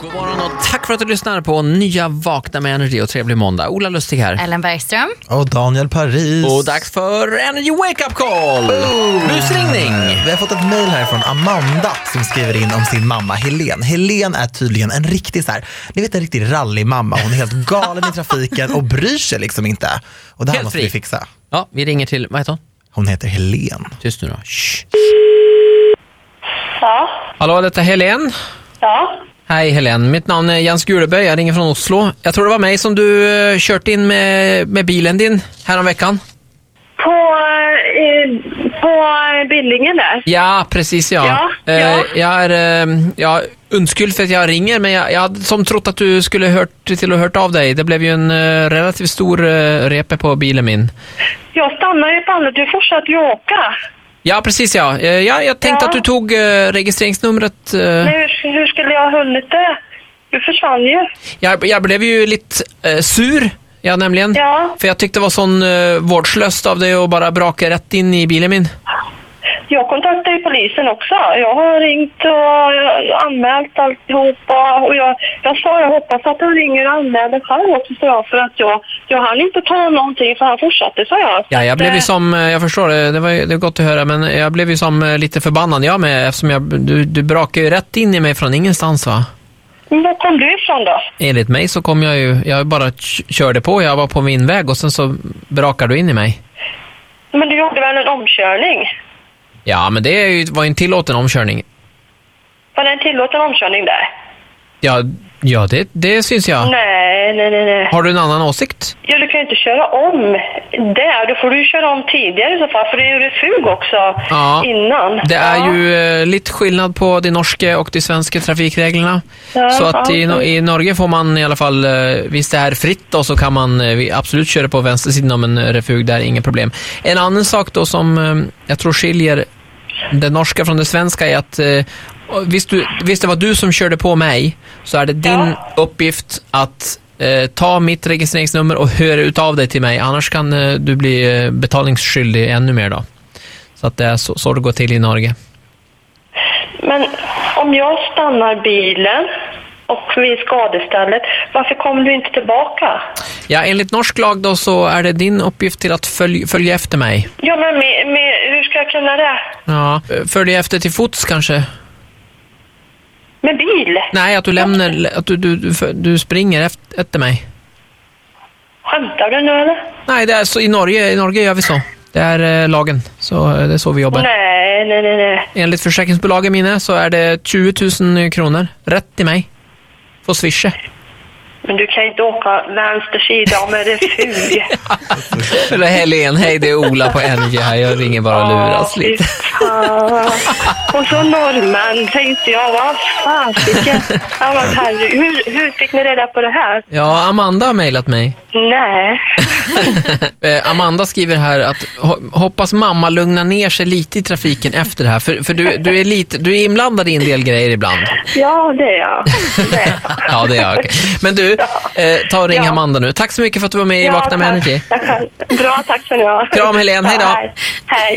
God morgon och tack för att du lyssnar på nya Vakna med Energy och trevlig måndag. Ola Lustig här. Ellen Bergström. Och Daniel Paris. Och dags för Energy Wake Up Call! Busringning! Vi har fått ett mejl här från Amanda som skriver in om sin mamma Helen. Helen är tydligen en riktig så här, ni vet en riktig rallymamma. Hon är helt galen i trafiken och bryr sig liksom inte. Och det här Helt måste fri. vi fixa. Ja, vi ringer till, vad heter hon? Hon heter Helen. Tyst nu då. Shh. Ja, Hallå, detta är Helen. ja, Hej Helen, mitt namn är Jens Guleberg, jag ringer från Oslo. Jag tror det var mig som du eh, kört in med, med bilen din häromveckan. på, eh, på Billingen där. Ja, precis ja. Ja, Eh, ja. Jag är, eh, ja, undskyld för att jag ringer, men jag, jag hade som trott att du skulle hört till och hört av dig. Det blev ju en eh, relativt stor eh, repe på bilen min. Jag stannar ju på andra, du fortsatte ju åka. Ja, precis ja. Eh, ja jag tänkte Ja. att du tog eh, registreringsnumret. eh. Men hur, hur skulle jag ha hunnit det? Du försvann ju. jag, jag blev ju lite eh, sur, ja nämligen. Ja. För jag tyckte det var sån eh, vårdslöst av dig att bara braka rätt in i bilen min. Jag kontaktade ju polisen också. Jag har ringt och anmält alltihopa. Och jag, jag sa jag hoppas att han ringer och anmäler själv också, sa jag. För att jag, jag hann inte ta någonting för han fortsatte, sa jag. Ja, jag blev ju Det- som, eh, jag förstår det, det var, ju- det var gott att höra, men jag blev ju som eh, lite förbannad jag med eftersom jag, du, du brakade ju rätt in i mig från ingenstans va? Men Var kom du ifrån då? Enligt mig så kom jag ju, jag bara k- körde på, jag var på min väg och sen så brakade du in i mig. Men du gjorde väl en omkörning? Ja, men det är ju, var ju en tillåten omkörning. Var det en tillåten omkörning där? Ja, ja det, det syns jag. Nej, nej, nej, nej. Har du en annan åsikt? Ja, du kan ju inte köra om där. Då får du ju köra om tidigare i så fall, för det är ju refug också Ja. innan. Det är ja. ju eh, lite skillnad på de norska och de svenska trafikreglerna. Ja, så att i, ja. No- i Norge får man i alla fall, eh, visst det här är fritt då, så kan man eh, vi- absolut köra på vänstersidan om en eh, refug, där är inget problem. En annan sak då som eh, jag tror skiljer det norska från det svenska är att eh, visst, du, visst det var du som körde på mig, så är det din uppgift att eh, ta mitt registreringsnummer och höra ut av dig till mig, annars kan eh, du bli eh, betalningsskyldig ännu mer då. Så att det är så, så det går till i Norge. Men om jag stannar bilen och vid skadestället, varför kommer du inte tillbaka? Ja, enligt norsk lag då så är det din uppgift till att följ, följa efter mig. Ja, men med, med, hur ska jag kunna det? Ja. eh, Följa efter till fots kanske? Med bil? Nej, att du lämnar, att du, du, du, du springer efter, efter mig. Skämtar du nu eller? Nej, det är så, i, Norge, i Norge gör vi så. Det är eh, lagen, så eh, det är så vi jobbar. Nej, nej, nej, nej. Enligt försäkringsbolaget mine så är det 20 000 kronor rätt till mig. Får swisha. Men du kan ju inte åka vänster sida om en refug. Eller Helen, hej det är Ola på Energy här. Jag ringer bara och luras Ja, lite. fy fan. Och så norrmän tänkte jag, vad fasiken. Ja, men herre, hur, hur fick ni reda på det här? Ja, Amanda har mejlat mig. Nej. Eh, Amanda skriver här att ho- hoppas mamma lugnar ner sig lite i trafiken efter det här. För, för du, du, är lite, du är inblandad i en del grejer ibland. Ja, det är jag. Det är jag. Ja, det är jag. okej. Men du, eh, ta och ring Ja. Amanda nu. Tack så mycket för att du var med i Ja, Vakna med tack. Energy. Tack själv. Bra, tack ska ni ha. Kram, Helene. Hej då. Ja, Hej.